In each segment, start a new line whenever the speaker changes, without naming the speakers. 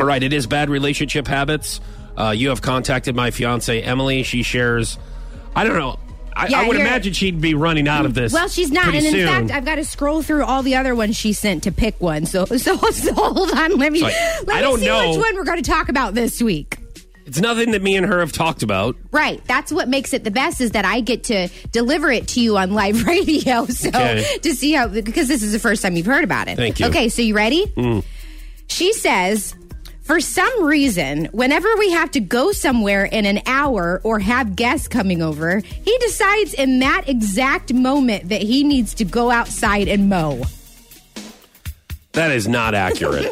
All right, it is bad relationship habits. Uh, you have contacted my fiance Emily. She shares. I don't know. I,
Yeah,
I would
you're-
imagine she'd be running out of this.
Well, she's not,
pretty
and in
soon.
fact, I've got to scroll through all the other ones she sent to pick one. So, so, so hold on. Let me
Sorry.
let
I
me
don't
see
know.
which one we're going to talk about this week.
it's nothing that me and her have talked about.
Right. That's what makes it the best is that I get to deliver it to you on live radio. So
Okay.
to see how, because this is the first time you've heard about it.
Thank you. Mm.
Okay. So you ready? She says, for some reason, whenever we have to go somewhere in an hour or have guests coming over, he decides in that exact moment that he needs to go outside and mow.
That is not accurate.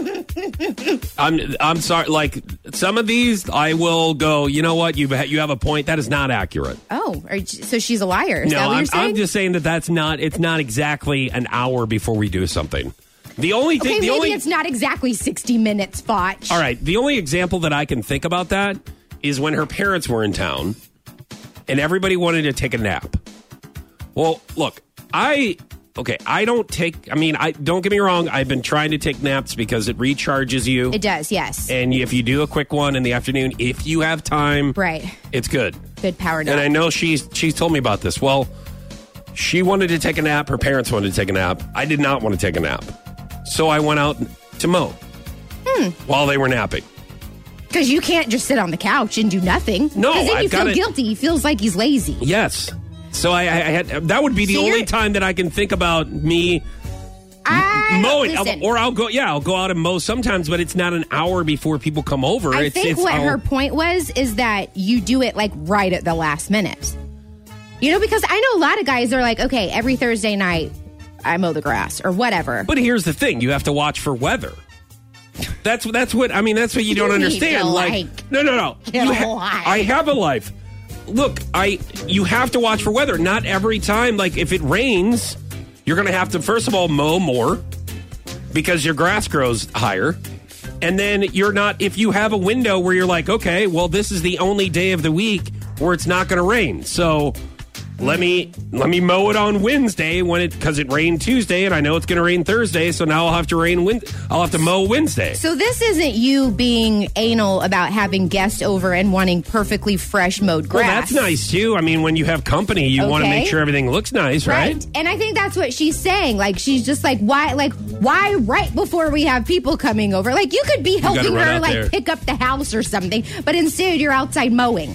I'm I'm sorry. Like some of these, I will go. You know what? You you have a point. That is not accurate.
Oh, are, you- so she's a liar. Is
no,
that what
I'm,
you're saying?
I'm just saying that that's not. It's not exactly an hour before we do something. The only thing.
okay,
the
maybe
only.
it's not exactly 60 minutes, Foch.
all right. The only example that I can think about that is when her parents were in town, and everybody wanted to take a nap. Well, look, I okay. I don't take. I mean, I don't get me wrong. I've been trying to take naps because it recharges you.
It does, yes.
and if you do a quick one in the afternoon, if you have time,
right.
it's good.
Good power nap.
And I know she's she's told me about this. Well, she wanted to take a nap. Her parents wanted to take a nap. I did not want to take a nap, so I went out to mow
Hmm.
while they were napping.
Because you can't just sit on the couch and do nothing.
No,
because then you
I've
feel
gotta-
guilty. He feels like he's lazy.
Yes, so I, I had that would be the
So
only
you're-
time that I can think about me
I
mowing,
listen,
or I'll go. Yeah, I'll go out and mow sometimes, but it's not an hour before people come over.
I
it's,
think
it's
what
I'll-
her point was is that you do it like right at the last minute. You know, because I know a lot of guys are like, okay, every Thursday night I mow the grass or whatever.
But here's the thing: you have to watch for weather. That's that's what I mean. That's what you don't
You need
understand.
to,
Like,
like,
no, no, no.
get
You
a life.
I have a life. Look, I you have to watch for weather. Not every time. Like if it rains, you're going to have to first of all mow more because your grass grows higher. And then you're not if you have a window where you're like, okay, well this is the only day of the week where it's not going to rain. So let me let me mow it on Wednesday when it because it rained Tuesday and I know it's going to rain Thursday, so now I'll have to rain. Wed- I'll have to mow Wednesday.
so this isn't you being anal about having guests over and wanting perfectly fresh mowed grass.
Well, that's nice too. I mean, when you have company, you want to
Okay.
make sure everything looks nice, right?
And I think that's what she's saying. Like she's just like why like why right before we have people coming over? Like you could be
gotta
helping
run
her
out
like
there.
pick up the house or something, but instead you're outside mowing.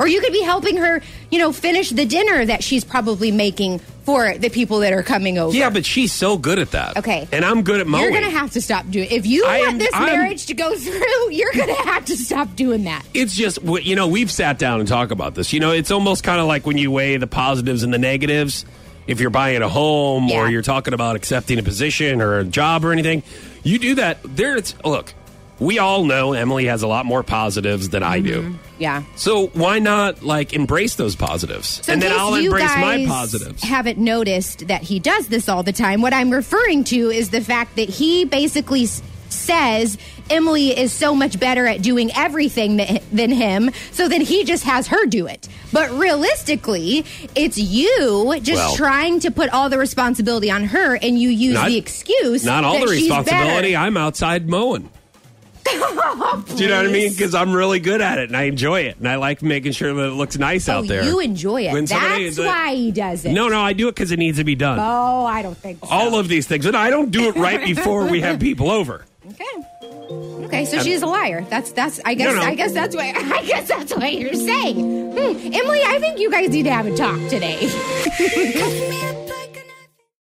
Or you could be helping her, you know, finish the dinner that she's probably making for the people that are coming over.
Yeah, but she's so good at that.
Okay.
and I'm good at mowing.
You're gonna have to stop doing if you
I
want
am-
this
I'm-
marriage to go through, you're gonna have to stop doing that.
it's just w- you know we've sat down and talked about this. You know, it's almost kind of like when you weigh the positives and the negatives. If you're buying a home or
Yeah.
you're talking about accepting a position or a job or anything, you do that. There, it's look. We all know Emily has a lot more positives than I
Mm-hmm.
do.
Yeah.
So why not like embrace those positives,
So
and
in
then
case
I'll
you
embrace
guys
my positives.
Haven't noticed that he does this all the time. What I'm referring to is the fact that he basically s- says Emily is so much better at doing everything tha- than him, so then he just has her do it. But realistically, it's you just
Well-
trying to put all the responsibility on her, and you use
Not-
the excuse
Not all
that
the
she's
responsibility.
better.
I'm outside mowing. Do you know what I mean? Because I'm really good at it and I enjoy it and I like making sure that it looks nice
Oh,
out there.
you enjoy it.
When somebody-
That's why he does it.
No, no, I do it because it needs to be done.
Oh, I don't think so.
All of these things, and I don't do it right before we have people over.
Okay. Okay, so she's a liar. That's that's. I guess
No, no.
I guess that's what I guess that's what you're saying. Hmm. Emily, I think you guys need to have a talk today.
Cut me a